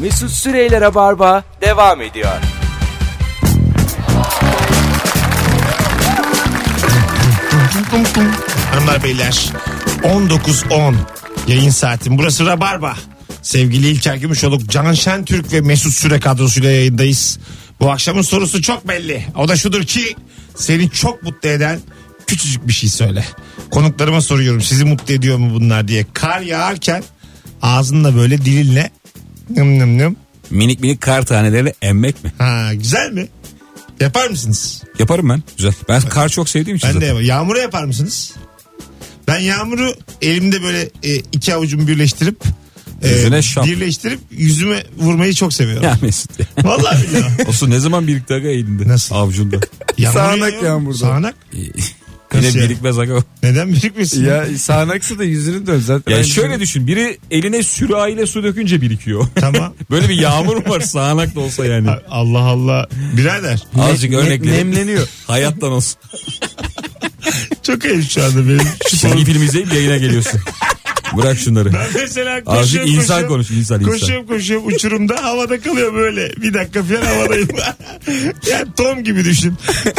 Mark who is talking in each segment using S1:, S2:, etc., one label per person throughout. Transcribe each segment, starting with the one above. S1: Mesut Süreyler'e barba devam ediyor.
S2: Hanımlar beyler 19.10 yayın saatim. Burası Rabarba. Sevgili İlker Gümüşoluk, Can Şentürk ve Mesut Süre kadrosuyla yayındayız. Bu akşamın sorusu çok belli. O da şudur ki seni çok mutlu eden küçücük bir şey söyle. Konuklarıma soruyorum sizi mutlu ediyor mu bunlar diye. Kar yağarken ağzınla böyle dilinle nım nım nım.
S3: Minik minik kar taneleri emmek mi?
S2: Ha, güzel mi? Yapar mısınız?
S3: Yaparım ben. Güzel. Ben kar çok sevdiğim için
S2: Ben de
S3: zaten.
S2: yaparım. Yağmura yapar mısınız? Ben yağmuru elimde böyle e, iki avucumu birleştirip e,
S3: Yüzüne şap.
S2: birleştirip yüzüme vurmayı çok seviyorum.
S3: Ya Mesut.
S2: Vallahi billahi.
S3: o su ne zaman birikti aga elinde?
S2: Nasıl?
S3: Avcunda.
S2: Yağmur
S4: Sağanak
S2: yağıyor.
S4: yağmurda.
S2: Sağanak.
S3: Yine
S2: Nasıl yani?
S3: birikmez aga. o.
S2: Neden birikmesin?
S4: Ya sağanaksa da yüzünü dön zaten.
S3: Ya
S4: Ben
S3: şöyle
S4: yüzümü-
S3: düşün. Biri eline sürahiyle su dökünce birikiyor.
S2: Tamam.
S3: Böyle bir yağmur mu var sağanak da olsa yani.
S2: Allah Allah. Birader.
S3: Azıcık
S4: Ne-
S3: örnekle.
S4: nemleniyor.
S3: Hayattan olsun.
S2: Çok ayıp şu anda benim. Şu
S3: Sen
S2: sorum.
S3: bir film izleyip yayına geliyorsun. Bırak şunları.
S2: Mesela koşuyorum
S3: Azıcık insan
S2: koşuyorum.
S3: konuş insan insan.
S2: Koşuyorum koşuyorum uçurumda havada kalıyor böyle. Bir dakika falan havadayım. ya Tom gibi düşün.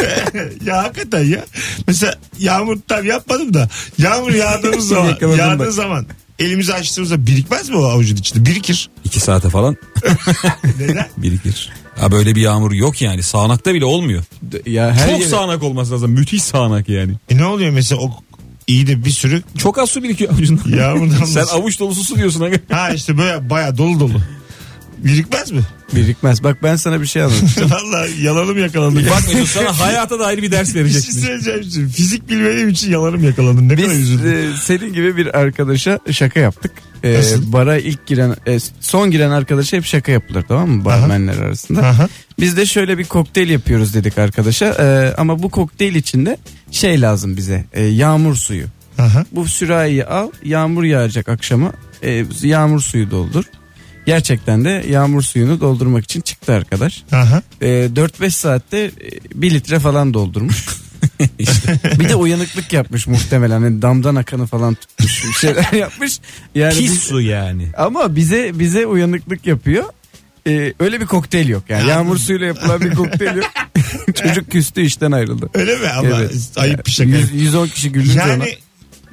S2: ya hakikaten ya. Mesela yağmur tam yapmadım da yağmur yağdığımız zaman
S4: Yakaladım
S2: yağdığı
S4: bak.
S2: zaman elimizi açtığımızda birikmez mi o avucun içinde? Birikir.
S3: İki saate falan
S2: Neden?
S3: birikir. Ha böyle bir yağmur yok yani. Sağanakta bile olmuyor.
S4: Ya her
S3: Çok
S4: yere-
S3: sağanak olması lazım. Müthiş sağanak yani.
S2: E ne oluyor mesela o iyi de bir sürü
S3: Çok az su birikiyor avucundan.
S2: yağmurdan
S3: Sen
S2: nasıl-
S3: avuç dolusu su diyorsun. aga.
S2: Ha işte böyle baya dolu dolu. Birikmez mi?
S4: birikmez. Bak ben sana bir şey anlatayım.
S2: Vallahi yalanım yakalandı.
S3: Bak Mesut sana hayata dair bir ders
S2: bir şey
S3: vereceksin.
S2: söyleyeceğim şimdi. Fizik bilmediğim için yalanım yakalandı. Ne kadar
S4: Biz
S2: üzüldüm.
S4: e, senin gibi bir arkadaşa şaka yaptık. E,
S2: Nasıl?
S4: bara ilk giren e, son giren arkadaşa hep şaka yapılır tamam mı barmenler
S3: e,
S4: arasında.
S2: Aha.
S4: Biz de şöyle bir kokteyl yapıyoruz dedik arkadaşa. E, ama bu kokteyl içinde şey lazım bize. e, yağmur suyu.
S2: Aha.
S4: Bu sürahiyi al. Yağmur yağacak akşama. E, yağmur suyu doldur. Gerçekten de yağmur suyunu doldurmak için çıktı arkadaş.
S2: Aha.
S4: E, 4-5 saatte 1 litre falan doldurmuş. Bir de uyanıklık yapmış muhtemelen. Hani damdan akanı falan tutmuş. Bir şeyler yapmış. Yani
S3: Pis
S4: biz-
S3: su yani.
S4: ama bize bize uyanıklık yapıyor. E, öyle bir kokteyl yok yani. Yağmur suyuyla yapılan bir kokteyl yok. Çocuk küstü işten ayrıldı.
S2: Öyle mi? Ama
S4: Evet.
S2: ayıp bir şaka.
S4: Yüz- 110 kişi güldü ona.
S2: Yani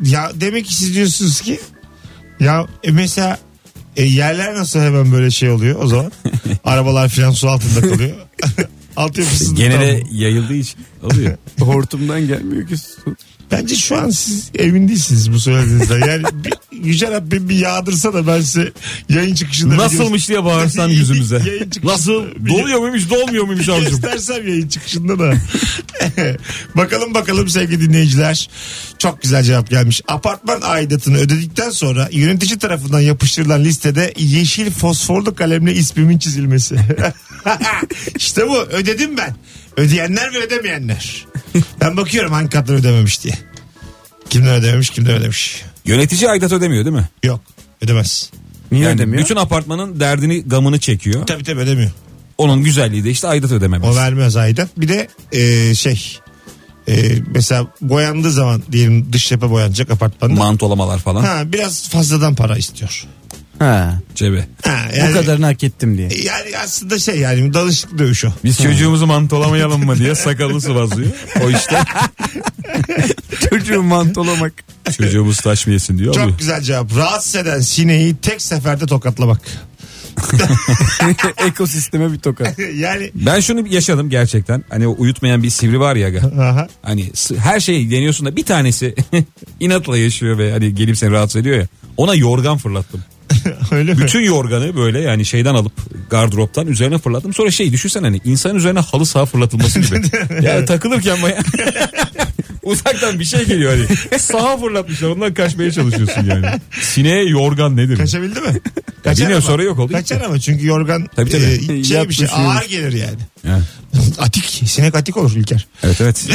S2: ya demek ki siz diyorsunuz ki ya e, mesela e, yerler nasıl hemen böyle şey oluyor o zaman? Arabalar filan su altında kalıyor. Altyapısı
S3: Genele
S2: tam.
S3: yayıldığı için oluyor.
S4: Hortumdan gelmiyor ki su.
S2: Bence şu an siz emin değilsiniz bu söylediğinizden. Yani bir, Yüce Rabbim bir yağdırsa da ben size yayın çıkışında
S3: Nasılmış diye bağırsan yüzümüze.
S2: Yayın çıkışında
S3: Nasıl?
S2: bir-
S3: Doluyor muymuş dolmuyor muymuş avucum?
S2: Göstersem yayın çıkışında da. bakalım bakalım sevgili dinleyiciler. Çok güzel cevap gelmiş. Apartman aidatını ödedikten sonra yönetici tarafından yapıştırılan listede yeşil fosforlu kalemle ismimin çizilmesi. işte bu ödedim ben. Ödeyenler ve ödemeyenler. Ben bakıyorum hangi kadın ödememiş diye. Kimler ödememiş kimler ödemiş.
S3: Yönetici aidat ödemiyor değil mi?
S2: Yok ödemez.
S4: Niye
S3: Yani
S4: ödemiyor?
S3: bütün apartmanın derdini gamını çekiyor.
S2: Tabii tabii ödemiyor.
S3: Onun güzelliği de işte aidat
S2: O
S3: ödememesi.
S2: vermez aidat. Bir de e, şey e, mesela boyandığı zaman diyelim dış cephe boyanacak apartmanda.
S3: Mantolamalar falan
S2: ha, biraz fazladan para istiyor.
S4: Ha, E-
S3: cebe.
S2: Ha,
S4: bu
S2: yani,
S4: kadarını hak ettim diye.
S2: Yani aslında şey yani danışıklı dövüş o.
S3: Biz çocuğumuzu mantolamayalım mı diye sakallı sıvazlıyor. O işte
S4: Çocuğu mantolamak.
S3: çocuğumuz taş mı yesin diyor.
S2: Çok güzel cevap. Rahatsız eden sineği tek seferde tokatlamak.
S4: Ekosisteme bir tokat.
S2: yani
S3: Ben şunu yaşadım gerçekten. Hani o uyutmayan bir sivri var ya. aga.
S2: aha,
S3: Hani s- her şey deniyorsun da bir tanesi inatla yaşıyor ve hani gelip seni rahatsız ediyor ya. Ona yorgan fırlattım.
S2: öyle mi?
S3: Bütün yorganı böyle yani şeyden alıp gardıroptan üzerine fırlattım. Sonra şey düşünsen hani insan üzerine halı saha fırlatılması gibi. yani takılırken baya uzaktan bir şey geliyor hani. Sağa fırlatmışlar ondan kaçmaya çalışıyorsun yani. Sineğe yorgan nedir?
S2: Kaçabildi mi?
S3: Ya bilmiyorum,
S2: ama.
S3: sonra yok oldu
S2: Kaçar
S3: gitti.
S2: ama çünkü yorgan
S3: Tabii, tabii.
S2: e, şey bir şey
S4: Yatmış
S2: ağır
S4: uyumuş.
S2: gelir yani.
S3: Evet.
S2: Atik sinek atik olur İlker.
S3: evet evet.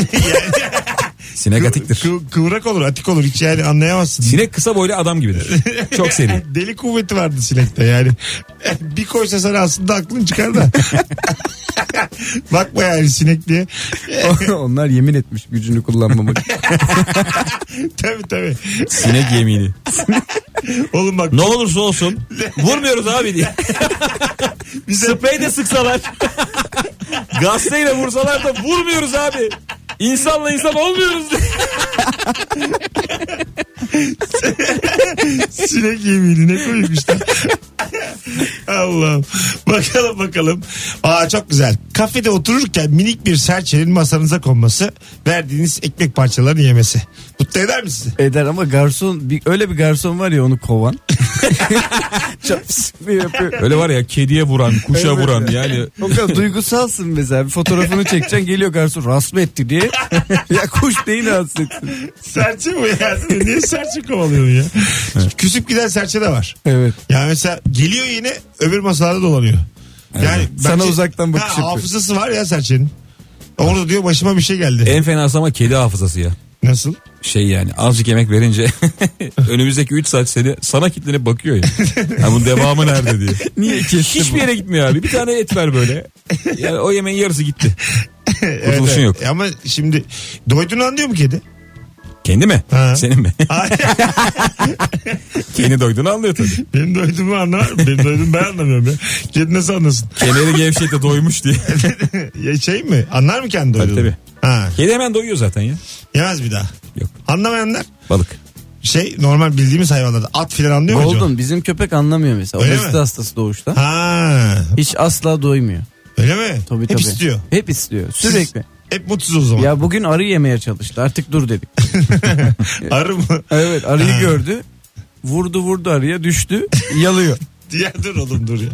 S3: Sinek atiktir.
S2: Kıv- kıvrak olur atik olur hiç yani anlayamazsın.
S3: Sinek kısa boylu adam gibidir. Çok seri.
S2: Deli kuvveti vardı sinekte yani. Bir koysa sana aslında aklın çıkar da. Bakma yani sinek diye.
S4: Onlar yemin etmiş gücünü kullanmamak.
S2: Tabii tabii.
S3: Sinek yemini.
S2: Oğlum bak
S3: Ne olursa olsun vurmuyoruz abi diye. Sprey de sıksalar. Gazeteyle vursalar da vurmuyoruz abi. İnsanla insan olmuyoruz.
S2: Sinek yemeğini ne koymuşlar. Allah'ım. Bakalım bakalım. Aa çok güzel. Kafede otururken minik bir serçenin masanıza konması, verdiğiniz ekmek parçalarını yemesi. Mutlu eder mi sizi?
S4: Eder ama garson bir, öyle bir garson var ya onu kovan. Çaps diye yapıyor.
S3: Öyle var ya kediye vuran, kuşa
S4: Evet.
S3: vuran yani.
S4: O kadar duygusalsın mesela. Bir fotoğrafını çekeceksin geliyor garson rasmi etti diye. ya kuş neyi rahatsız etsin?
S2: Serçe mi ya? Niye serçe kovalıyorsun ya? Küsüp giden serçe de var.
S4: Evet.
S2: Yani mesela geliyor yine öbür masalarda dolanıyor. Yani
S4: Sana uzaktan bakış
S2: Ha,
S4: yapıyor.
S2: Hafızası var ya serçenin. Orada diyor başıma bir şey geldi.
S3: En fenası ama kedi hafızası ya.
S2: Nasıl?
S3: Şey yani azıcık yemek verince önümüzdeki 3 saat seni sana kitlenip bakıyor ya. Ha bu devamı nerede diye.
S4: Niye kesti bu?
S3: Hiçbir yere gitmiyor abi. Bir tane et ver böyle. Yani o yemeğin yarısı gitti.
S2: Evet,
S3: Kurtuluşun
S2: evet.
S3: yok.
S2: Ama şimdi doyduğunu anlıyor mu kedi?
S3: Kendi mi?
S2: Ha.
S3: Senin mi?
S2: Hayır.
S3: Kendi doyduğunu anlıyor tabii.
S2: Benim doyduğumu anlar mı? Benim doyduğumu ben anlamıyorum ya. Kedi nasıl anlasın?
S3: Kemeri gevşet de doymuş diye.
S2: Ya şey mi? Anlar mı kendi doyduğunu?
S3: tabii.
S2: Ha,
S3: Kedi hemen doyuyor zaten ya.
S2: yemez bir daha.
S3: Yok.
S2: Anlamayanlar
S3: Balık.
S2: şey normal bildiğimiz hayvanlarda at filan anlıyor mu? acaba?
S4: Golden bizim köpek anlamıyor mesela.
S2: Öyle
S4: Obezite
S2: mi?
S4: hastası doğuştan.
S2: Ha,
S4: Hiç asla doymuyor.
S2: öyle mi?
S4: Tabii
S2: Hep
S4: tabii.
S2: istiyor.
S4: Hep istiyor.
S2: Siz
S4: Sürekli.
S2: hep mutsuz o zaman.
S4: Ya bugün arı yemeye çalıştı. Artık dur dedik.
S2: Arı mı?
S4: Evet arıyı gördü. Vurdu vurdu arıya düştü. Yalıyor.
S2: Ya dur oğlum dur ya.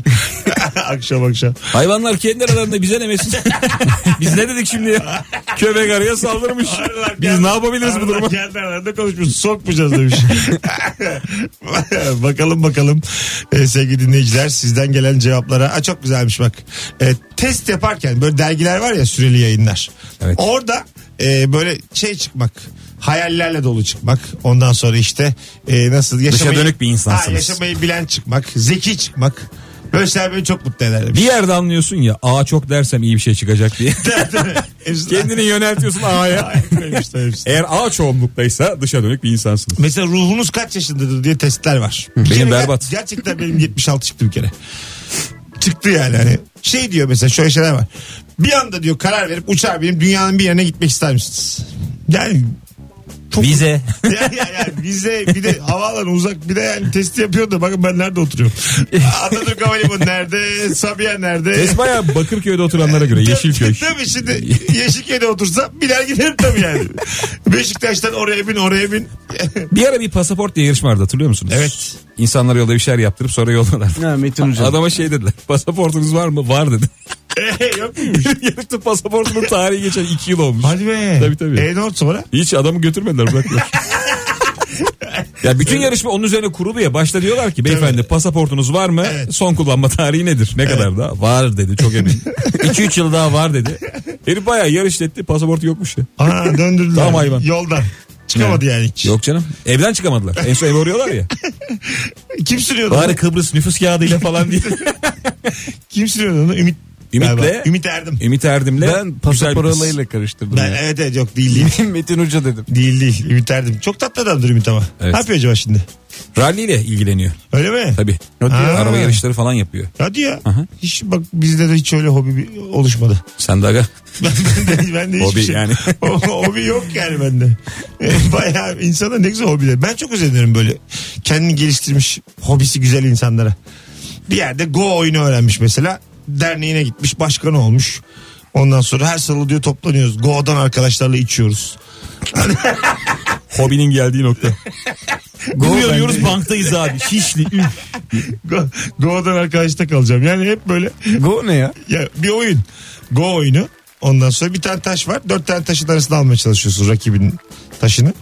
S2: akşam akşam.
S3: Hayvanlar kendi aralarında bize ne mesut? Biz ne dedik şimdi ya? Köpek arıya saldırmış.
S2: Arılar
S3: Biz
S2: geldi-
S3: ne yapabiliriz bu
S2: arılar
S3: duruma?
S2: Kendi aralarında konuşmuş. Sokmayacağız demiş. bakalım bakalım Ee, sevgili dinleyiciler sizden gelen cevaplara. Aa, çok güzelmiş bak. Ee, test yaparken böyle dergiler var ya süreli yayınlar.
S3: Evet.
S2: Orada e, böyle şey çıkmak. Hayallerle dolu çıkmak. Ondan sonra işte e, nasıl yaşamayı...
S3: dönük bir insansınız.
S2: Ha, yaşamayı bilen çıkmak. Zeki çıkmak. Böyle şeyler beni çok mutlu eder demiş.
S3: Bir yerde anlıyorsun ya ağa çok dersem iyi bir şey çıkacak diye. Kendini yöneltiyorsun ağaya.
S2: Ay, koymuşlar hepsini.
S3: Eğer ağa çoğunluktaysa dışa dönük bir insansın.
S2: Mesela ruhunuz kaç yaşındadır diye testler var. Bir
S3: Benim
S2: kere
S3: berbat.
S2: ger- gerçekten benim 76 çıktı bir kere. Çıktı yani hani. Şey diyor mesela şöyle şeyler var. Bir anda diyor karar verip uçağa binip dünyanın bir yerine gitmek ister misiniz? Yani çok-
S3: Vize.
S2: ya, ya, ya, vize bir de havaalanı uzak bir de yani testi yapıyor da bakın ben nerede oturuyorum. Atatürk Havalimanı nerede? Sabiha nerede?
S3: Test bayağı Bakırköy'de oturanlara göre Yeşilköy.
S2: Tabii, Tabii şimdi Yeşilköy'de otursam biner giderim tabii yani. Beşiktaş'tan oraya bin oraya bin.
S3: Bir ara bir pasaport diye yarışma vardı hatırlıyor musunuz?
S2: Evet.
S3: İnsanlara yolda bir şeyler yaptırıp sonra yolladılar.
S4: Ha, Metin Hoca.
S3: Adama şey dediler pasaportunuz var mı? Var dedi.
S2: Ee, Yok muymuş?
S3: Yarışta pasaportunun tarihi geçen 2 yıl olmuş.
S2: Hadi be.
S3: Tabii, tabii.
S2: E ne oldu sonra?
S3: Hiç adamı götürmediler bıraktılar. ya bütün yarışma onun üzerine kurulu ya. Başta diyorlar ki beyefendi pasaportunuz var mı?
S2: Evet.
S3: Son kullanma tarihi nedir? Ne kadar daha? Var dedi çok emin. 2-3 yıl daha var dedi. Herif bayağı yarış etti pasaportu yokmuş ya.
S2: Aa döndürdüler.
S3: Tam hayvan.
S2: Yoldan. Çıkamadı yani hiç.
S3: Yok canım. Evden çıkamadılar. En son eve uğruyorlar ya.
S2: Kim sürüyordu? onu?
S3: Bari Kıbrıs nüfus kağıdıyla falan diye.
S2: Kim sürüyordu onu? Ümit.
S3: Ümit'le-
S2: Galiba. Ümit Erdim.
S3: Ümit Erdim'le
S4: Ben
S3: güzel bir
S4: pasaport
S3: kız.
S4: alayıyla karıştırdım
S2: Ben,
S4: ya.
S2: evet evet yok değil değil.
S4: Metin Hoca dedim.
S2: Değil değil. Ümit Erdim. Çok tatlı adamdır Ümit ama.
S3: Evet.
S2: Ne yapıyor acaba şimdi?
S3: Rally ile ilgileniyor.
S2: Öyle mi?
S3: Tabii.
S2: Hadi ya.
S3: Araba yarışları falan yapıyor.
S2: Hadi ya.
S3: Aha.
S2: Hiç bak bizde de hiç öyle hobi bir- oluşmadı.
S3: Sen de aga.
S2: Ben, ben de, ben de hiçbir
S3: Hobi
S2: şey.
S3: yani.
S2: O- hobi yok yani bende. E, Bayağı insana ne güzel hobiler. Ben çok özenirim böyle. Kendini geliştirmiş hobisi güzel insanlara. Bir yerde go oyunu öğrenmiş mesela. Derneğine gitmiş başkan olmuş. Ondan sonra her salı diyor toplanıyoruz. Go'dan arkadaşlarla içiyoruz.
S3: Hobinin geldiği nokta.
S4: bence-
S3: Uyanıyoruz banktayız abi. Şişli. Üf.
S2: Go, go'dan arkadaşta kalacağım. Yani hep böyle
S4: Go ne ya?
S2: ya bir oyun. Go oyunu. Ondan sonra bir tane taş var. Dört tane taşın arasında almaya çalışıyorsun rakibin taşını.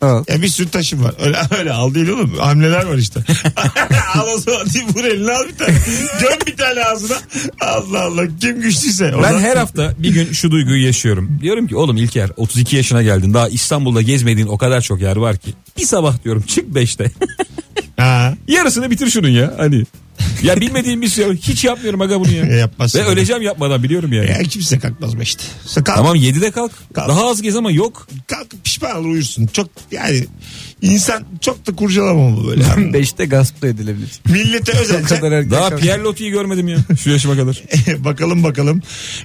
S4: Al.
S2: Ya bir sürü taşım var. Öyle, öyle al değil oğlum. Hamleler var işte. al o zaman diye vur elini al bir tane. Göm bir tane ağzına. Allah Allah kim güçlüyse. O
S3: Ben
S2: zaman-
S3: her hafta bir gün şu duyguyu yaşıyorum. Diyorum ki oğlum İlker 32 yaşına geldin. Daha İstanbul'da gezmediğin o kadar çok yer var ki. Bir sabah diyorum çık 5'te.
S2: Ha,
S3: Yarısını bitir şunun ya. Hani ya bilmediğim bir şey hiç yapmıyorum aga bunu ya.
S2: E, yapmazsın.
S3: Ve öleceğim yapmadan biliyorum yani.
S2: ya kimse kalkmaz be işte. Sen kalk,
S3: Tamam 7'de kalk.
S2: Kalk.
S3: Daha az gez ama yok.
S2: kalk pişman olur uyursun. Çok yani insan çok da kurcalamamalı böyle.
S4: Beşte gasp da edilebilir.
S2: Millete özel.
S4: O kadar erken.
S3: Daha Pierre Loti'yi görmedim ya şu yaşıma kadar.
S2: bakalım bakalım.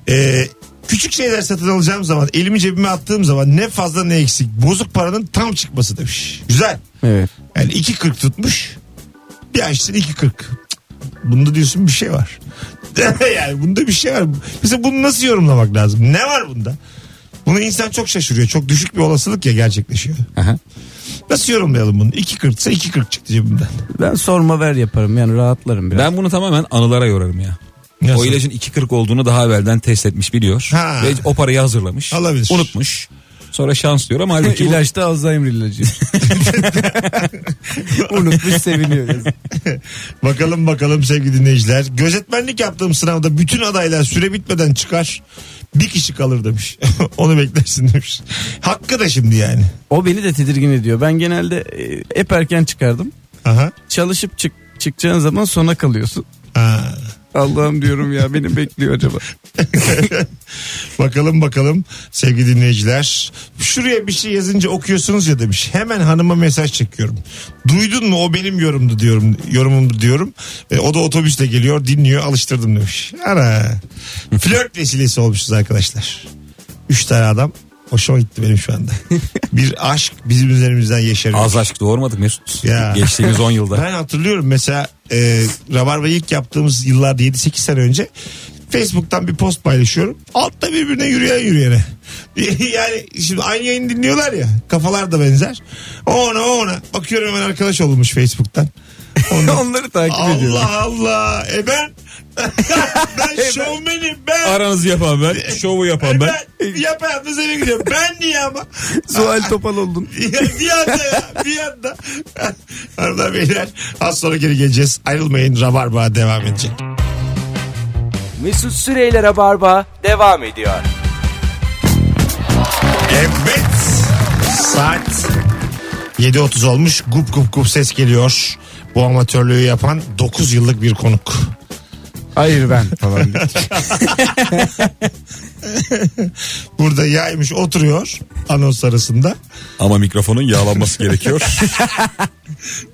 S2: Ee, küçük şeyler satın alacağım zaman elimi cebime attığım zaman ne fazla ne eksik. Bozuk paranın tam çıkması demiş. Güzel.
S4: Evet.
S2: Yani 2.40 tutmuş. Bir açtın 2.40. Cık, Bunda diyorsun bir şey var. yani bunda bir şey var. Mesela bunu nasıl yorumlamak lazım? Ne var bunda? Bunu insan çok şaşırıyor. Çok düşük bir olasılık ya gerçekleşiyor.
S3: Aha.
S2: Nasıl yorumlayalım bunu? 2.40 ise 2.40 çıktı cebimden.
S4: Ben sorma ver yaparım yani rahatlarım biraz.
S3: Ben bunu tamamen anılara yorarım ya.
S2: Nasıl?
S3: O ilacın 2.40 olduğunu daha evvelden test etmiş biliyor.
S2: Ha.
S3: Ve o parayı hazırlamış.
S2: Olabilir.
S3: Unutmuş. Sonra şans diyor ama halbuki bu-
S4: İlaçta Alzheimer ilacı. Unutmuş seviniyor.
S2: Bakalım bakalım sevgili dinleyiciler. Gözetmenlik yaptığım sınavda bütün adaylar süre bitmeden çıkar. Bir kişi kalır demiş. Onu beklersin demiş. Hakkı da şimdi yani.
S4: O beni de tedirgin ediyor. Ben genelde e, hep erken çıkardım.
S2: Aha.
S4: Çalışıp çık çıkacağın zaman sona kalıyorsun.
S2: Ha.
S4: Allah'ım diyorum ya beni bekliyor acaba.
S2: Bakalım bakalım sevgili dinleyiciler. Şuraya bir şey yazınca okuyorsunuz ya demiş. Hemen hanıma mesaj çekiyorum. Duydun mu o benim yorumdu diyorum. Yorumumdu diyorum. E, o da otobüsle geliyor dinliyor alıştırdım demiş. Ana. Flört vesilesi olmuşuz arkadaşlar. Üç tane adam hoşuma gitti benim şu anda. bir aşk bizim üzerimizden yeşeriyor.
S3: Az aşk doğurmadık Mesut.
S2: Ya.
S3: Geçtiğimiz 10 yılda.
S2: Ben hatırlıyorum mesela e, Rabarba'yı ilk yaptığımız yıllarda 7-8 sene önce Facebook'tan bir post paylaşıyorum. Altta birbirine yürüyen yürüyene. yani şimdi aynı yayını dinliyorlar ya. Kafalar da benzer. O ona o ona. Bakıyorum hemen arkadaş olmuş Facebook'tan. Ondan-
S4: Onları takip ediyorum.
S2: Allah Allah. E ben ben şovmenim ben. E
S3: Aranızı yapan ben, şovu yapan ben.
S2: ben yapayalnız eve gidiyorum. Ben niye ama?
S4: Zuhal Topal oldun.
S2: Ya bir anda ya bir anda. Arada beyler az sonra geri geleceğiz. Ayrılmayın Rabarba devam edecek.
S1: Mesut Süreyler'e barba devam ediyor.
S2: Evet saat 7.30 olmuş gup gup gup ses geliyor. Bu amatörlüğü yapan 9 yıllık bir konuk.
S4: Hayır ben falan.
S2: Burada yaymış oturuyor anons arasında.
S3: Ama mikrofonun yağlanması gerekiyor.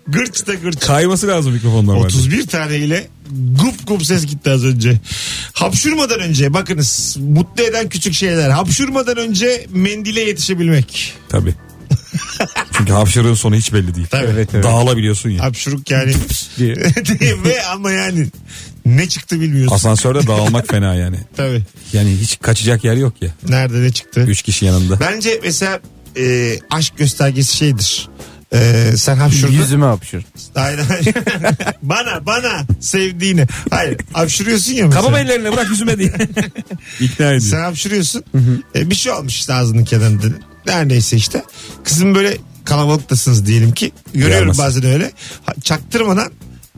S2: Gırç da gırç.
S3: Kayması lazım mikrofon normalde.
S2: 31 tane ile gup gup ses gitti az önce. Hapşurmadan önce bakınız mutlu eden küçük şeyler. Hapşurmadan önce mendile yetişebilmek.
S3: Tabii. Çünkü hapşırığın sonu hiç belli değil.
S2: Tabii.
S4: evet evet.
S3: Dağılabiliyorsun ya.
S2: Hapşuruk yani.
S4: diye.
S2: Ve ama yani ne çıktı bilmiyorsun.
S3: Asansörde dağılmak fena yani.
S2: Tabii.
S3: Yani hiç kaçacak yer yok ya.
S2: Nerede ne çıktı?
S3: Üç kişi yanında.
S2: Bence mesela e, aşk göstergesi şeydir. E, sen hapşurdun.
S4: Yüzüme hapşır.
S2: Aynen. bana bana sevdiğini. Hayır hapşuruyorsun ya mesela.
S3: Kapama ellerini bırak yüzüme diye. İkna ediyor.
S2: Sen hapşırıyorsun. E, bir şey olmuş işte ağzının kenarında. Neredeyse işte. Kızım böyle kalabalıktasınız diyelim ki. Görüyorum
S3: Uyanmasın.
S2: bazen öyle. Ha, Çaktırmadan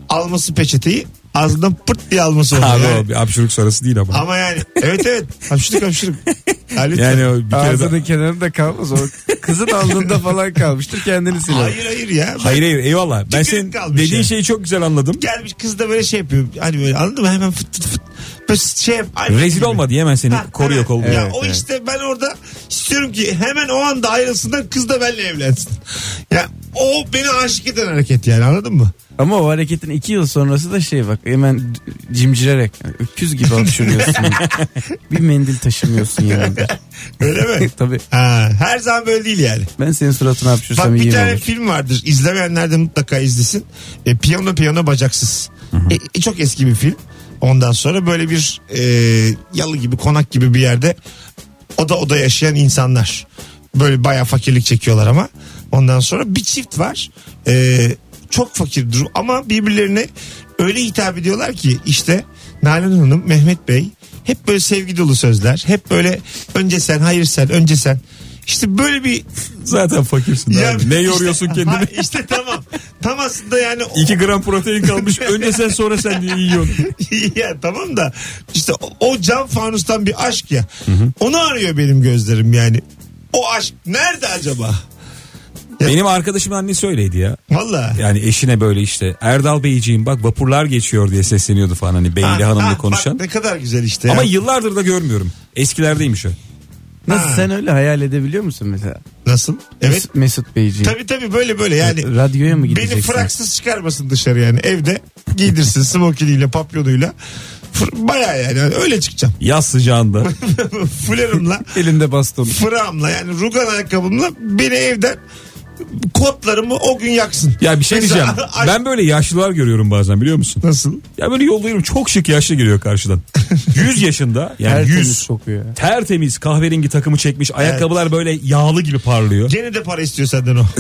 S2: alması peçeteyi ağzından pırt diye alması oluyor.
S3: Abi
S2: Yani.
S3: o bir hapşırık sonrası değil ama.
S2: Ama yani evet evet hapşırık hapşırık. Ha, lütfen.
S3: yani o bir kere de...
S4: Ağzının kenarında kalmaz o. Kızın alnında falan kalmıştır kendini siler.
S2: hayır hayır ya.
S3: Hayır hayır eyvallah. Ben
S2: Tükürük
S3: senin
S2: kalmış
S3: dediğin
S2: yani.
S3: şeyi çok güzel anladım.
S2: Gelmiş kız da böyle şey yapıyor. Hani böyle anladın mı? Hemen fıt fıt fıt. Böyle şey yap. Ay,
S3: Rezil
S2: gibi.
S3: olma diye hemen seni
S2: Ha,
S3: koruyor
S2: hemen.
S3: kolluyor.
S2: Ya
S4: Evet,
S2: o
S4: evet.
S2: işte ben orada istiyorum ki hemen o anda ayrılsınlar kız da benimle evlensin. Ya o beni aşık eden hareket yani anladın mı?
S4: Ama o hareketin iki yıl sonrası da şey bak hemen d- cimcirerek yani öküz gibi hapşırıyorsun. bir mendil taşımıyorsun yanında.
S2: Öyle mi?
S4: Tabii
S2: Ha, her zaman böyle değil yani.
S4: ben senin suratına
S2: Bak
S4: hapşırsam
S2: bir
S4: iyi
S2: tane
S4: olur.
S2: film vardır. İzlemeyenler de mutlaka izlesin. E, piyano piyano bacaksız. E, e, çok eski bir film. Ondan sonra böyle bir e, yalı gibi konak gibi bir yerde oda oda yaşayan insanlar. Böyle bayağı fakirlik çekiyorlar ama. Ondan sonra bir çift var. E, çok fakir durum ama birbirlerine öyle hitap ediyorlar ki işte Nalan Hanım, Mehmet Bey hep böyle sevgi dolu sözler. Hep böyle önce sen, hayır sen, önce sen. İşte böyle bir
S3: Zaten fakirsin
S2: Ya
S3: abi. Ne
S2: işte-
S3: yoruyorsun
S2: Ha,
S3: kendini?
S2: işte tamam. Tam aslında yani o-
S3: 2 gram protein kalmış. Önce sen sonra sen diye yiyorsun.
S2: ya tamam da işte o, o cam fanustan bir aşk ya. Onu arıyor benim gözlerim yani. O aşk nerede acaba?
S3: Benim arkadaşımın annesi öyleydi ya.
S2: Valla.
S3: Yani eşine böyle işte Erdal Beyciğim bak vapurlar geçiyor diye sesleniyordu falan hani Beyli Hanım'la konuşan.
S2: ne kadar güzel işte.
S3: Ama
S2: ya.
S3: yıllardır da görmüyorum. Eskilerdeymiş o.
S4: Nasıl
S2: Ha.
S4: sen öyle hayal edebiliyor musun mesela?
S2: Nasıl? Evet.
S4: Mesut, Mesut Beyciğim.
S2: Tabii tabii böyle böyle yani.
S4: Radyoya mı
S2: Beni
S4: gideceksin?
S2: fraksız çıkarmasın dışarı yani. Evde giydirsin smokiniyle papyonuyla. Fır- Baya yani öyle çıkacağım.
S3: Yaz sıcağında.
S2: Flarımla
S4: Elinde baston.
S2: fırağımla yani rugan ayakkabımla beni evden kotlarımı o gün yaksın.
S3: Ya bir şey diyeceğim.
S2: Mesela- Ay-
S3: Ben böyle yaşlılar görüyorum bazen biliyor musun?
S2: Nasıl?
S3: Ya böyle yoldayım çok şık yaşlı geliyor karşıdan. 100 yaşında yani
S4: Her
S3: 100
S4: yüz kokuyor.
S3: tertemiz kahverengi takımı çekmiş. Ayakkabılar böyle yağlı gibi parlıyor.
S2: Gene de para istiyor senden o.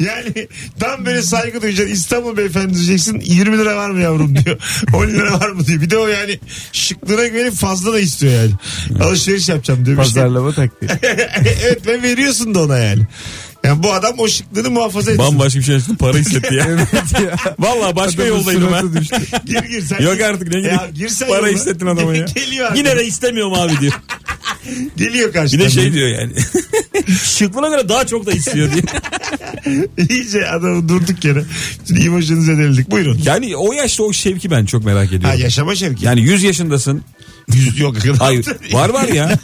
S2: yani tam böyle saygı duyacaksın. İstanbul beyefendi diyeceksin. 20 lira var mı yavrum diyor. 10 lira var mı diyor. Bir de o yani şıklığına güvenip fazla da istiyor yani. Alışveriş yapacağım diyor. Bir şey-
S4: Pazarlama taktiği.
S2: evet ve veriyorsun da ona yani. Yani bu adam o şıklığını muhafaza etsin.
S3: Bambaşka bir şey açtım para hissetti ya.
S4: evet ya.
S3: Valla başka
S4: Adamın
S3: yoldaydım ben.
S4: suratı düştü.
S2: Gir gir sen.
S3: Yok artık
S2: Ya
S3: ne gidiyor.
S2: gir sen
S3: Para
S2: yola.
S3: hissettin adama ya.
S2: Geliyor
S3: Yine de istemiyorum abi diyor.
S2: Geliyor
S3: Bir
S2: karşıdan.
S3: de şey diyor yani. Şıklığına göre daha çok da istiyor diye.
S2: İyice adamı durduk yere. Şimdi imajınıza deldik. Buyurun.
S3: Yani o yaşta o şevki ben çok merak ediyorum.
S2: Ha yaşama şevki.
S3: Yani 100 yaşındasın.
S2: Yüz yok.
S3: Hayır var var ya.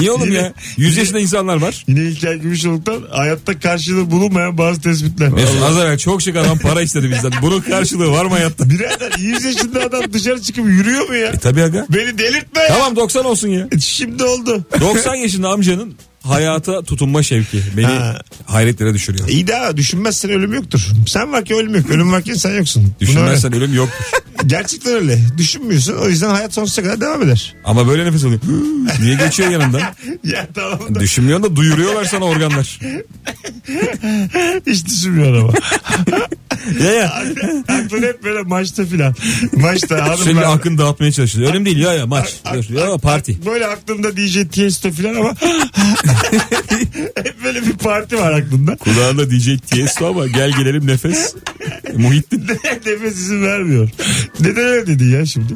S3: Niye oğlum ya? 100 yaşında insanlar var.
S2: Yine İlker Gümüşoluk'tan hayatta karşılığı bulunmayan bazı tespitler.
S3: Mesut az evvel çok şık adam para istedi bizden. Bunun karşılığı var mı hayatta?
S2: Birader 100 yaşında adam dışarı çıkıp yürüyor mu ya?
S3: E tabi aga.
S2: Beni delirtme ya.
S3: Tamam 90 olsun ya.
S2: Şimdi oldu.
S3: 90 yaşında amcanın hayata tutunma şevki beni
S2: Ha. E,
S3: hayretlere düşürüyor.
S2: İyi daha düşünmezsen ölüm yoktur. Sen var ki ölüm yok. Ölüm var ki sen yoksun. Bunu
S3: Düşünmezsen ölüm yoktur.
S2: öyle. Gerçekten öyle. Düşünmüyorsun. O yüzden hayat sonsuza kadar devam eder.
S3: Ama böyle nefes alıyor. Niye geçiyor yanımdan?
S2: ya tamam da
S3: Düşünmüyorsun da duyuruyorlar sana organlar.
S2: hiç düşünmüyor ama.
S3: Ya ya.
S2: Aklın hep böyle maçta filan. Maçta hanımlar.
S3: Senin aklını dağıtmaya çalışıyor. Ölüm değil ya ya maç. Dur, Ya parti.
S2: Böyle aklımda DJ Tiesto filan ama hep böyle bir parti var aklımda.
S3: Kulağında DJ Tiesto ama gel gelelim nefes. Muhittin.
S2: Nefes izin vermiyor. Neden öyle dedin ya şimdi?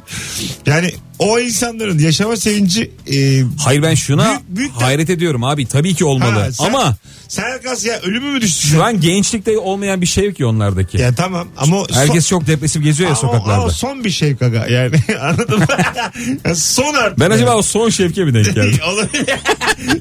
S2: Yani o insanların yaşama sevinci e,
S3: Hayır ben şuna
S2: Büyük- büyük de-
S3: hayret ediyorum abi. Tabii ki
S2: ha,
S3: olmalı.
S2: sen-
S3: Ama
S2: sen Erkas ya ölümü mü düştü?
S3: şu an gençlikte olmayan bir şey ki onlardaki.
S2: Ya tamam ama o
S3: Herkes
S2: son,
S3: çok depresif geziyor ya
S2: ama-
S3: sokaklarda.
S2: ama o son bir şey kaka yani anladın mı? Ya son artık.
S3: ben
S2: yani.
S3: acaba o son şevke mi denk geldim?
S2: Olabilir.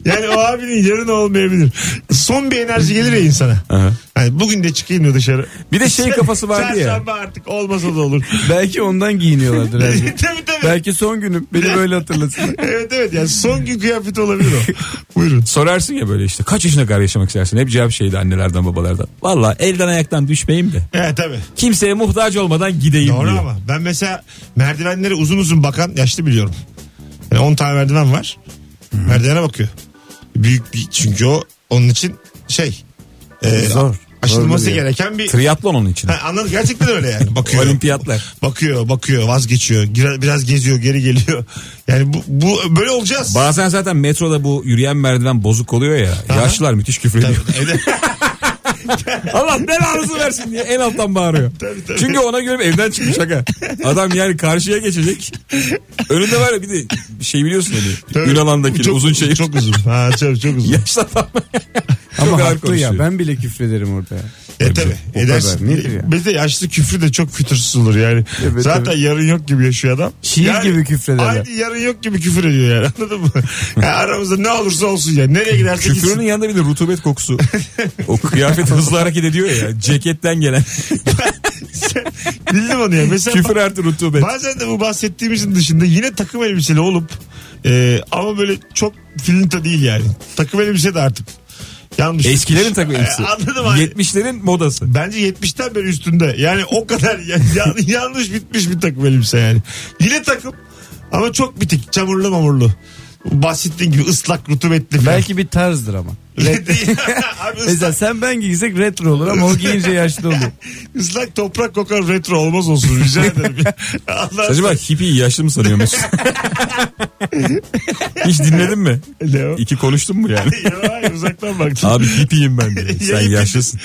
S2: yani o abinin yarın olmayabilir. Son bir enerji gelir ya insana.
S3: Aha.
S2: Yani bugün de çıkayım da dışarı.
S3: Bir de şey kafası vardı ya.
S2: Çarşamba artık olmasa da olur.
S4: Belki ondan giyiniyorlardır her gün.
S2: tabii tabii.
S4: Belki son günüm beni böyle hatırlasın.
S2: Evet evet yani son gün kıyafeti olabilir o. Buyurun.
S3: Sorarsın ya böyle işte kaç yaşına kadar yaşamak istersin? Hep cevap şeydi annelerden babalardan. Valla elden ayaktan düşmeyeyim de
S2: Evet tabii.
S3: kimseye muhtaç olmadan gideyim
S2: Doğru
S3: diye.
S2: ama ben mesela merdivenlere uzun uzun bakan yaşlı biliyorum. Yani 10 tane merdiven var. Merdivene bakıyor. Büyük bir çünkü o onun için şey e,
S4: Zor.
S2: aşılması
S4: Zor bir-
S2: gereken bir
S3: Triatlon onun için.
S2: Ha, anladın gerçekten öyle yani bakıyor.
S3: Olimpiyatlar.
S2: Bakıyor bakıyor vazgeçiyor Gira- biraz geziyor geri geliyor. Yani bu, bu böyle olacağız.
S3: Bazen zaten metroda bu yürüyen merdiven bozuk oluyor ya. Yaşlılar müthiş küfür ediyor.
S2: Evde-
S3: Allah belanızı versin diye en alttan bağırıyor.
S2: Tabii, tabii.
S3: Çünkü ona göre evden çıkmış aga. Adam yani karşıya geçecek. Önünde var ya bir de şey biliyorsun hani
S2: Tabii.
S3: Yunan'daki uzun şey.
S2: Çok uzun. Ha, çok, çok uzun.
S3: Yaşlı adam. Çok
S4: Ama
S3: ağır
S4: haklı ya
S3: konuşuyor.
S4: ben bile küfrederim orada. ya.
S2: E tabi.
S4: O
S2: Edersin.
S4: kadar, nedir ya?
S2: Bir de yaşlı küfür de çok fütursuz olur yani.
S4: Evet,
S2: Zaten
S4: evet.
S2: yarın yok gibi yaşıyor adam.
S4: Şiir
S2: Yani
S4: gibi küfrederler.
S2: Aynı yarın yok gibi küfür ediyor yani anladın mı? Yani aramızda ne olursa olsun yani. Nereye giderse
S3: Küfürünün
S2: gitsin.
S3: yanında bir de rutubet kokusu. o kıyafet hızlı hareket ediyor ya. Ceketten gelen.
S2: Bildim onu ya. Mesela
S3: Küfür artı rutubet.
S2: bazen de bu bahsettiğimizin dışında yine takım elbiseli olup e, ama böyle çok filinta değil yani. Takım elbise de artık yanlış.
S3: Eskilerin takım elbisesi.
S2: E, anladım abi.
S3: 70'lerin modası.
S2: Bence 70'ten beri üstünde. Yani o kadar ya- ya- yanlış bitmiş bir takım elbise yani. Yine takım ama çok bitik. Çamurlu mamurlu. Bahsettiğin gibi ıslak rutubetli. falan.
S4: Belki bir tarzdır ama.
S2: Red değil. Abi
S4: Mesela
S2: ıslak,
S4: sen ben giysek retro olur ama o giyince yaşlı olur.
S2: ıslak toprak kokar retro olmaz olsun rica ederim. Allah
S3: Acaba hippie yaşlı mı sanıyor Mesut? Hiç dinledin mi?
S2: Ne o?
S3: İki konuştun mu yani?
S2: Ya, hayır, uzaktan baktım.
S3: Abi hippiyim ben diye. Sen yaşlısın.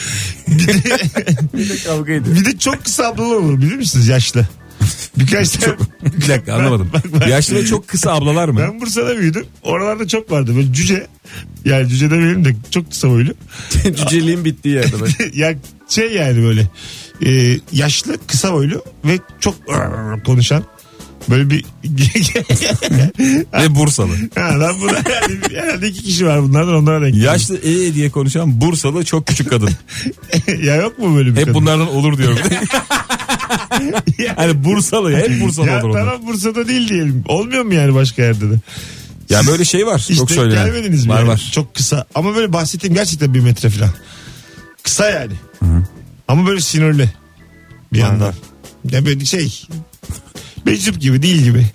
S4: Kavga ediyor.
S2: Bir de çok kısa ablalar olur bilir misiniz yaşlı? Birkaç tane.
S3: Bir dakika anlamadım. Yaşlı ve çok kısa ablalar mı?
S2: Ben Bursa'da büyüdüm. Oralarda çok vardı. Böyle cüce. Yani cüce demeyelim de çok kısa boylu.
S4: Cüceliğin bittiği yerde bak.
S2: ya şey yani böyle e, yaşlı kısa boylu ve çok konuşan böyle bir
S3: Ve Bursalı.
S2: ha, lan bu herhalde, herhalde iki kişi var bunlardan onlara denk geldim.
S3: Yaşlı ee diye konuşan Bursalı çok küçük kadın.
S2: ya yok mu böyle bir
S3: Hep
S2: kadın?
S3: bunlardan olur diyorum. hani Bursalı ya. Hep Bursalı
S2: ya
S3: olur onlar.
S2: tamam Bursa'da değil diyelim. Olmuyor mu yani başka yerde de?
S3: Ya böyle şey var.
S2: Hiç
S3: çok
S2: denk
S3: söylenen.
S2: gelmediniz mi?
S3: Var
S2: yani?
S3: var.
S2: Çok kısa. Ama böyle bahsettiğim gerçekten bir metre falan. Kısa yani. Ama böyle sinirli. Bir yandan. Ya böyle şey. Meczup gibi değil gibi.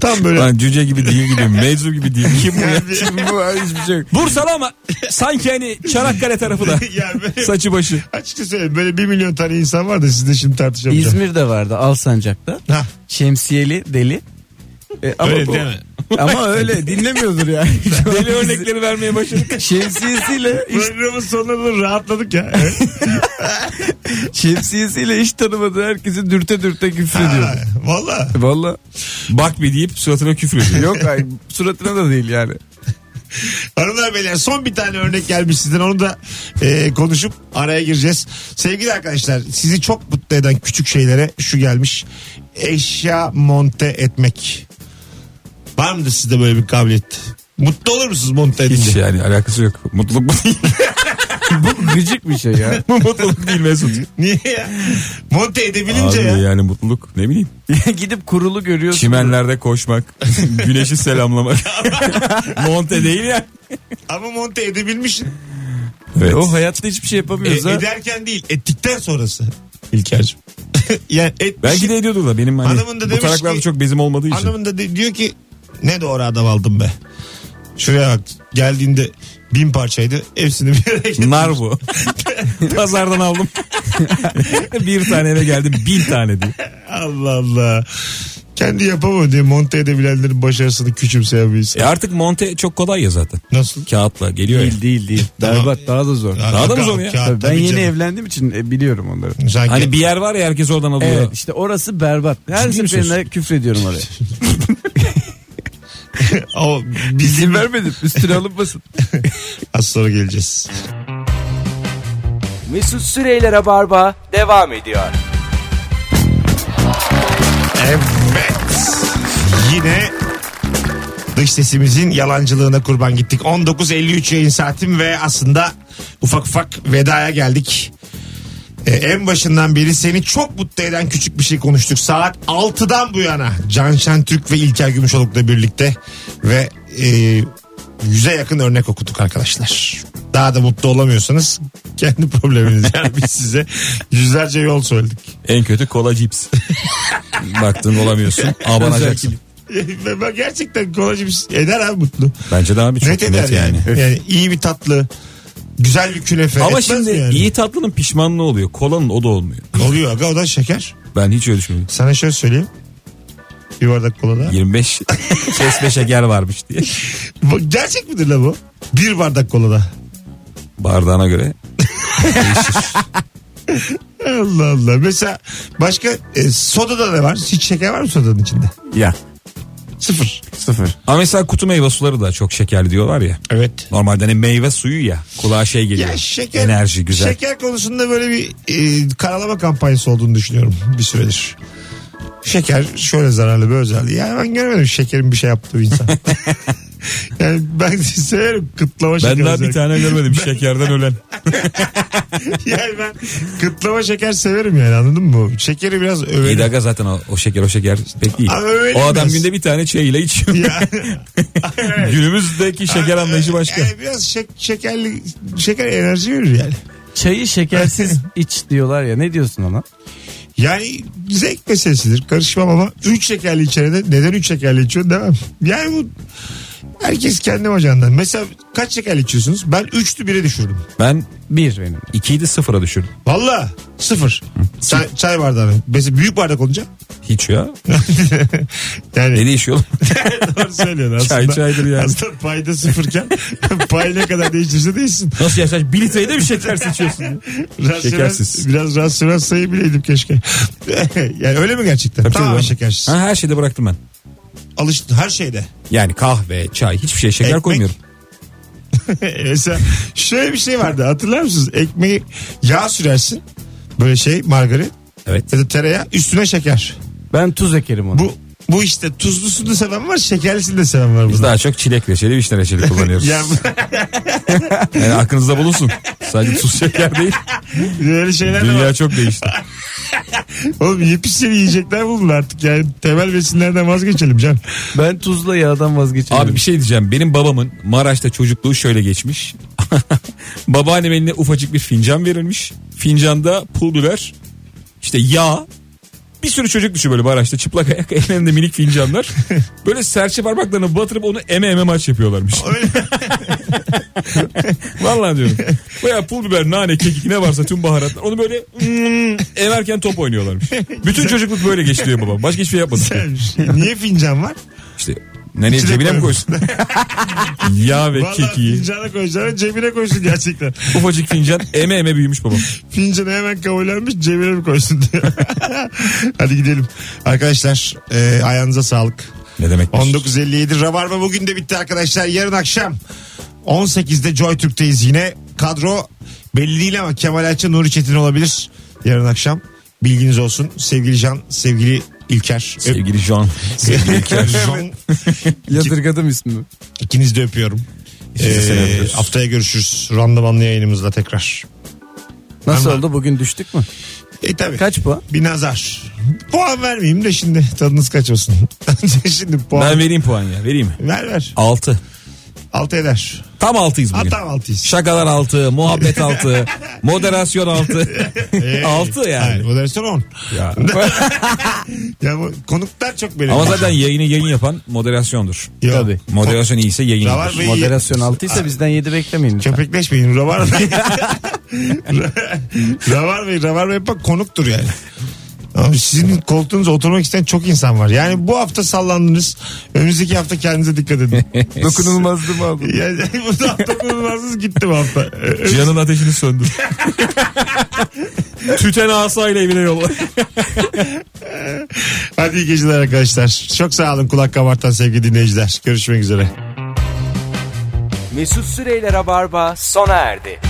S2: Tam böyle.
S3: Lan cüce gibi değil gibi. Meczup gibi değil. Kim bu ya?
S2: Yani-
S4: Bu var, hiçbir şey yok.
S3: Bursalı ama sanki hani Çanakkale tarafı da.
S2: yani böyle,
S3: Saçı başı.
S2: açıkça söyleyeyim böyle bir milyon tane insan var da sizde şimdi tartışamayacağım.
S4: İzmir'de vardı Alsancak'ta.
S2: Ha,
S4: Şemsiyeli deli. E, ama
S2: öyle
S4: bu-
S2: deme.
S4: Ama öyle dinlemiyordur yani.
S3: Deli örnekleri vermeye başladık.
S4: şemsiyesiyle iş,
S2: Programın sonuna doğru rahatladık ya. Evet.
S4: şemsiyesiyle hiç tanımadığı herkesi dürte dürte küfür
S2: Ha,
S4: ediyordu.
S2: Valla.
S4: Valla
S3: Bak bir deyip suratına küfür ediyor.
S4: yok ay, suratına da değil yani.
S2: Hanımlar beyler son bir tane örnek gelmiş sizden onu da e, konuşup araya gireceğiz. Sevgili arkadaşlar sizi çok mutlu eden küçük şeylere şu gelmiş. Eşya monte etmek. Var mıdır sizde böyle bir kabiliyet? Mutlu olur musunuz monte edince?
S3: Hiç yani alakası yok. Mutluluk bu değil.
S4: Bu gıcık bir şey ya.
S3: Bu mutluluk değil Mesut.
S2: Niye ya? Monte
S3: Abi
S2: edebilince ya.
S3: yani mutluluk ne bileyim.
S4: Gidip kurulu görüyorsun.
S3: Çimenlerde koşmak. Güneşi selamlamak. Monte değil ya.
S2: Ama monte edebilmişsin.
S3: Evet.
S4: E, O hayatta hiçbir şey
S2: E,
S4: yapamıyoruz ha.
S2: ederken değil ettikten sonrası. şey İlker'cim. yani etmişsin.
S3: Belki de ediyordu da benim hani
S2: Hanımın da
S3: bu
S2: demiş
S3: taraklarda
S2: ki-
S3: çok bezim olmadığı için.
S2: Hanım da di- diyor ki ne doğru adam aldım be. Şuraya bak geldiğinde bin parçaydı hepsini bir araya getirdim.
S3: Nar bu. Pazardan aldım. bir tane eve geldim bin tane diye.
S2: Allah Allah. Kendi yapamadı diye monte edebilenlerin başarısını küçümseyen bir insan.
S3: E artık monte çok kolay ya zaten.
S2: Nasıl?
S3: Kağıtla geliyor ya.
S4: e, Değil değil değil. Berbat daha da zor.
S3: Daha da mı zor ya?
S2: Kağıt,
S4: Tabii ben
S2: tabii
S4: yeni
S2: canım.
S4: evlendiğim için e, biliyorum onları.
S2: Sanki
S3: Hani bir yer var ya herkes oradan alıyor.
S4: Evet işte orası berbat. Her
S3: Ciddi misin?
S4: seferinde küfrediyorum oraya.
S2: o
S4: İzin
S2: bizim
S4: vermedim üstüne alınmasın.
S2: az sonra geleceğiz.
S1: Mesut Süreyler'e barba devam ediyor.
S2: Evet. Yine dış sesimizin yalancılığına kurban gittik. 19.53 yayın saatim ve aslında ufak ufak vedaya geldik. Ee, en başından beri seni çok mutlu eden küçük bir şey konuştuk. Saat 6'dan bu yana Can Şentürk ve İlker Gümüşoluk'la birlikte ve e, yüze yakın örnek okuduk arkadaşlar. Daha da mutlu olamıyorsanız kendi probleminiz. Yani biz size yüzlerce yol söyledik.
S3: En kötü kola cips. Baktın olamıyorsun. Abanacaksın.
S2: Ve ben gerçekten kolacım eder abi mutlu.
S3: Bence daha bir çok
S2: Net eder yani. Yani. iyi bir tatlı, güzel bir künefe.
S3: Ama
S2: etmez
S3: şimdi
S2: mi yani?
S3: iyi tatlının pişmanlığı oluyor. Kolanın o da olmuyor.
S2: Oluyor aga o da şeker.
S3: Ben hiç öyle düşünmüyorum.
S2: Sana şöyle söyleyeyim. Bir bardak kolada.
S3: 25 kesme şeker varmış diye.
S2: Bu, gerçek midir la bu? Bir bardak kolada.
S3: Bardağına göre.
S2: Allah Allah. Mesela başka e, sodada ne var? Hiç şeker var mı sodanın içinde?
S4: ya
S2: Sıfır.
S4: sıfır.
S3: Ama mesela kutu meyve suları da çok şekerli diyorlar ya.
S2: Evet.
S3: Normalde hani meyve suyu ya. Kulağa şey geliyor.
S2: Ya şeker,
S3: Enerji güzel.
S2: şeker konusunda böyle bir e, karalama kampanyası olduğunu düşünüyorum bir süredir. Şeker şöyle zararlı bir özelliği. Yani ben görmedim şekerin bir şey yaptığı bir insan. yani ben severim kıtlama şeker.
S3: Ben daha bir
S2: özellikle.
S3: tane görmedim şekerden ölen.
S2: Yani ben kıtlama şeker severim yani anladın mı? Şekeri biraz
S3: İyi
S2: överim.
S3: dakika zaten o, o şeker o şeker pek değil.
S2: Ama öyle
S3: o adam
S2: biraz.
S3: günde bir tane çayıyla içiyor.
S2: Ya.
S3: Günümüzdeki şeker anlayışı başka.
S2: Yani biraz şek- şekerli şeker enerji verir yani.
S4: Çayı şekersiz iç diyorlar ya ne diyorsun ona?
S2: Yani zevk meselesidir. Karışmam ama 3 şekerli içene de neden 3 şekerli içiyorsun demem. Yani bu Herkes kendi bacağından. Mesela kaç şeker içiyorsunuz? Ben 3'tü 1'e düşürdüm.
S3: Ben
S4: Bir benim.
S3: 2'ydi 0'a düşürdüm.
S2: Valla sıfır. Çay, çay bardağına. Mesela büyük bardak olunca.
S3: Hiç ya.
S2: yani
S3: Ne değişiyor? oğlum?
S2: doğru söylüyorsun aslında.
S3: Çay çaydır yani.
S2: Aslında payda sıfırken pay ne kadar değişirse değişsin.
S3: Nasıl ya sen 1 litreye de bir şeker seçiyorsun. ya? Şekersiz.
S2: Şekersiz. Biraz rasyonel sayı bileydim keşke. yani öyle mi gerçekten?
S3: Tabii
S2: tamam
S3: tabii.
S2: şekersiz.
S3: Ha, her şeyde bıraktım ben.
S2: Alıştın her şeyde.
S3: Yani kahve, çay hiçbir şeye şeker
S2: Ekmek.
S3: koymuyorum.
S2: Mesela E şöyle bir şey vardı hatırlar mısınız? Ekmeği yağ sürersin. Böyle şey margarin
S3: Evet.
S2: ya da tereyağı üstüne şeker.
S4: Ben tuz ekerim onu.
S2: Bu bu işte tuzlusunu da seven var şekerlisini de seven var.
S3: Biz
S2: burada.
S3: daha çok çilek reçeli, vişne reçeli kullanıyoruz.
S2: Ya
S3: Yani aklınızda bulunsun. Sadece tuz şeker değil.
S2: böyle şeyler de
S3: Dünya
S2: var.
S3: çok değişti.
S2: Oğlum yepyeni yiyecekler buldun artık. Yani temel besinlerden vazgeçelim can.
S4: Ben tuzla yağdan vazgeçerim.
S3: Abi bir şey diyeceğim. Benim babamın Maraş'ta çocukluğu şöyle geçmiş. Babaannem eline ufacık bir fincan verilmiş. Fincanda pul biber, işte yağ. Bir sürü çocuk düşüyor böyle Maraş'ta çıplak ayak ellerinde minik fincanlar. Böyle serçe parmaklarını batırıp onu eme eme maç yapıyorlarmış.
S2: Öyle.
S3: Vallahi diyorum. Baya pul biber, nane, kekik ne varsa tüm baharatlar. Onu böyle mm, emerken top oynuyorlarmış. Bütün çocukluk böyle geçti diyor babam. Başka hiçbir şey yapmadı.
S2: Niye fincan var?
S3: İşte neneye
S2: İçine
S3: cebine mi
S2: koymuş.
S3: koysun? yağ ve
S2: Vallahi
S3: kekiği.
S2: fincana koyacağına cebine koysun gerçekten.
S3: Ufacık fincan eme eme büyümüş babam.
S2: Fincanı hemen kabullenmiş cebine mi koysun diyor. Hadi gidelim. Arkadaşlar e, ayağınıza sağlık.
S3: Ne demek?
S2: 19.57 Rabarba bugün de bitti arkadaşlar. Yarın akşam 18'de Joy Türk'teyiz yine. Kadro belli değil ama Kemal Ayça, Nuri Çetin olabilir. Yarın akşam bilginiz olsun. Sevgili Can, sevgili İlker. Öp-
S3: Sevgili Can. Sevgili İlker.
S2: Can,
S4: Yadırgadım ismini.
S2: İkinizi de öpüyorum.
S3: de seni
S2: Ee,
S3: öpüyoruz.
S2: haftaya görüşürüz. Randımanlı yayınımızda tekrar.
S4: Nasıl
S2: Ama-
S4: oldu bugün düştük mü?
S2: E tabii.
S4: Kaç puan?
S2: Bir nazar. Puan vermeyeyim de şimdi tadınız kaçmasın. şimdi puan.
S3: Ben vereyim puan ya vereyim mi?
S2: Ver ver.
S3: 6.
S2: Altı eder.
S3: Tam 6'yız bugün.
S2: Hatta altıyız.
S3: Şakalar 6, muhabbet 6, moderasyon 6.
S2: Ee,
S3: 6
S2: Hayır,
S3: yani.
S2: moderasyon on.
S3: Ya.
S2: Ya bu konuklar çok belirli.
S3: Ama zaten yayını yayın yapan moderasyondur.
S2: Yok.
S4: Tabii.
S3: Moderasyon iyiyse yayın
S2: Rabar
S3: iyidir.
S2: Bey-
S4: Moderasyon altıysa bizden 7 beklemeyin. lütfen.
S2: Köpekleşmeyin. Rabar Bey. Rabar Bey. Rabar Bey bak konuktur yani. Ama sizin koltuğunuza oturmak isteyen çok insan var. Yani bu hafta sallandınız. Önümüzdeki hafta kendinize dikkat edin.
S4: Dokunulmazdı mı abi?
S2: yani bu da hafta bulunmazsınız gitti bu hafta. Ö-
S3: Canın ateşini söndür. Tüten asayla evine yolla.
S2: Hadi iyi geceler arkadaşlar. Çok sağ olun kulak kabartan sevgili dinleyiciler. Görüşmek üzere.
S1: Mesut Süreyler'e barba sona erdi.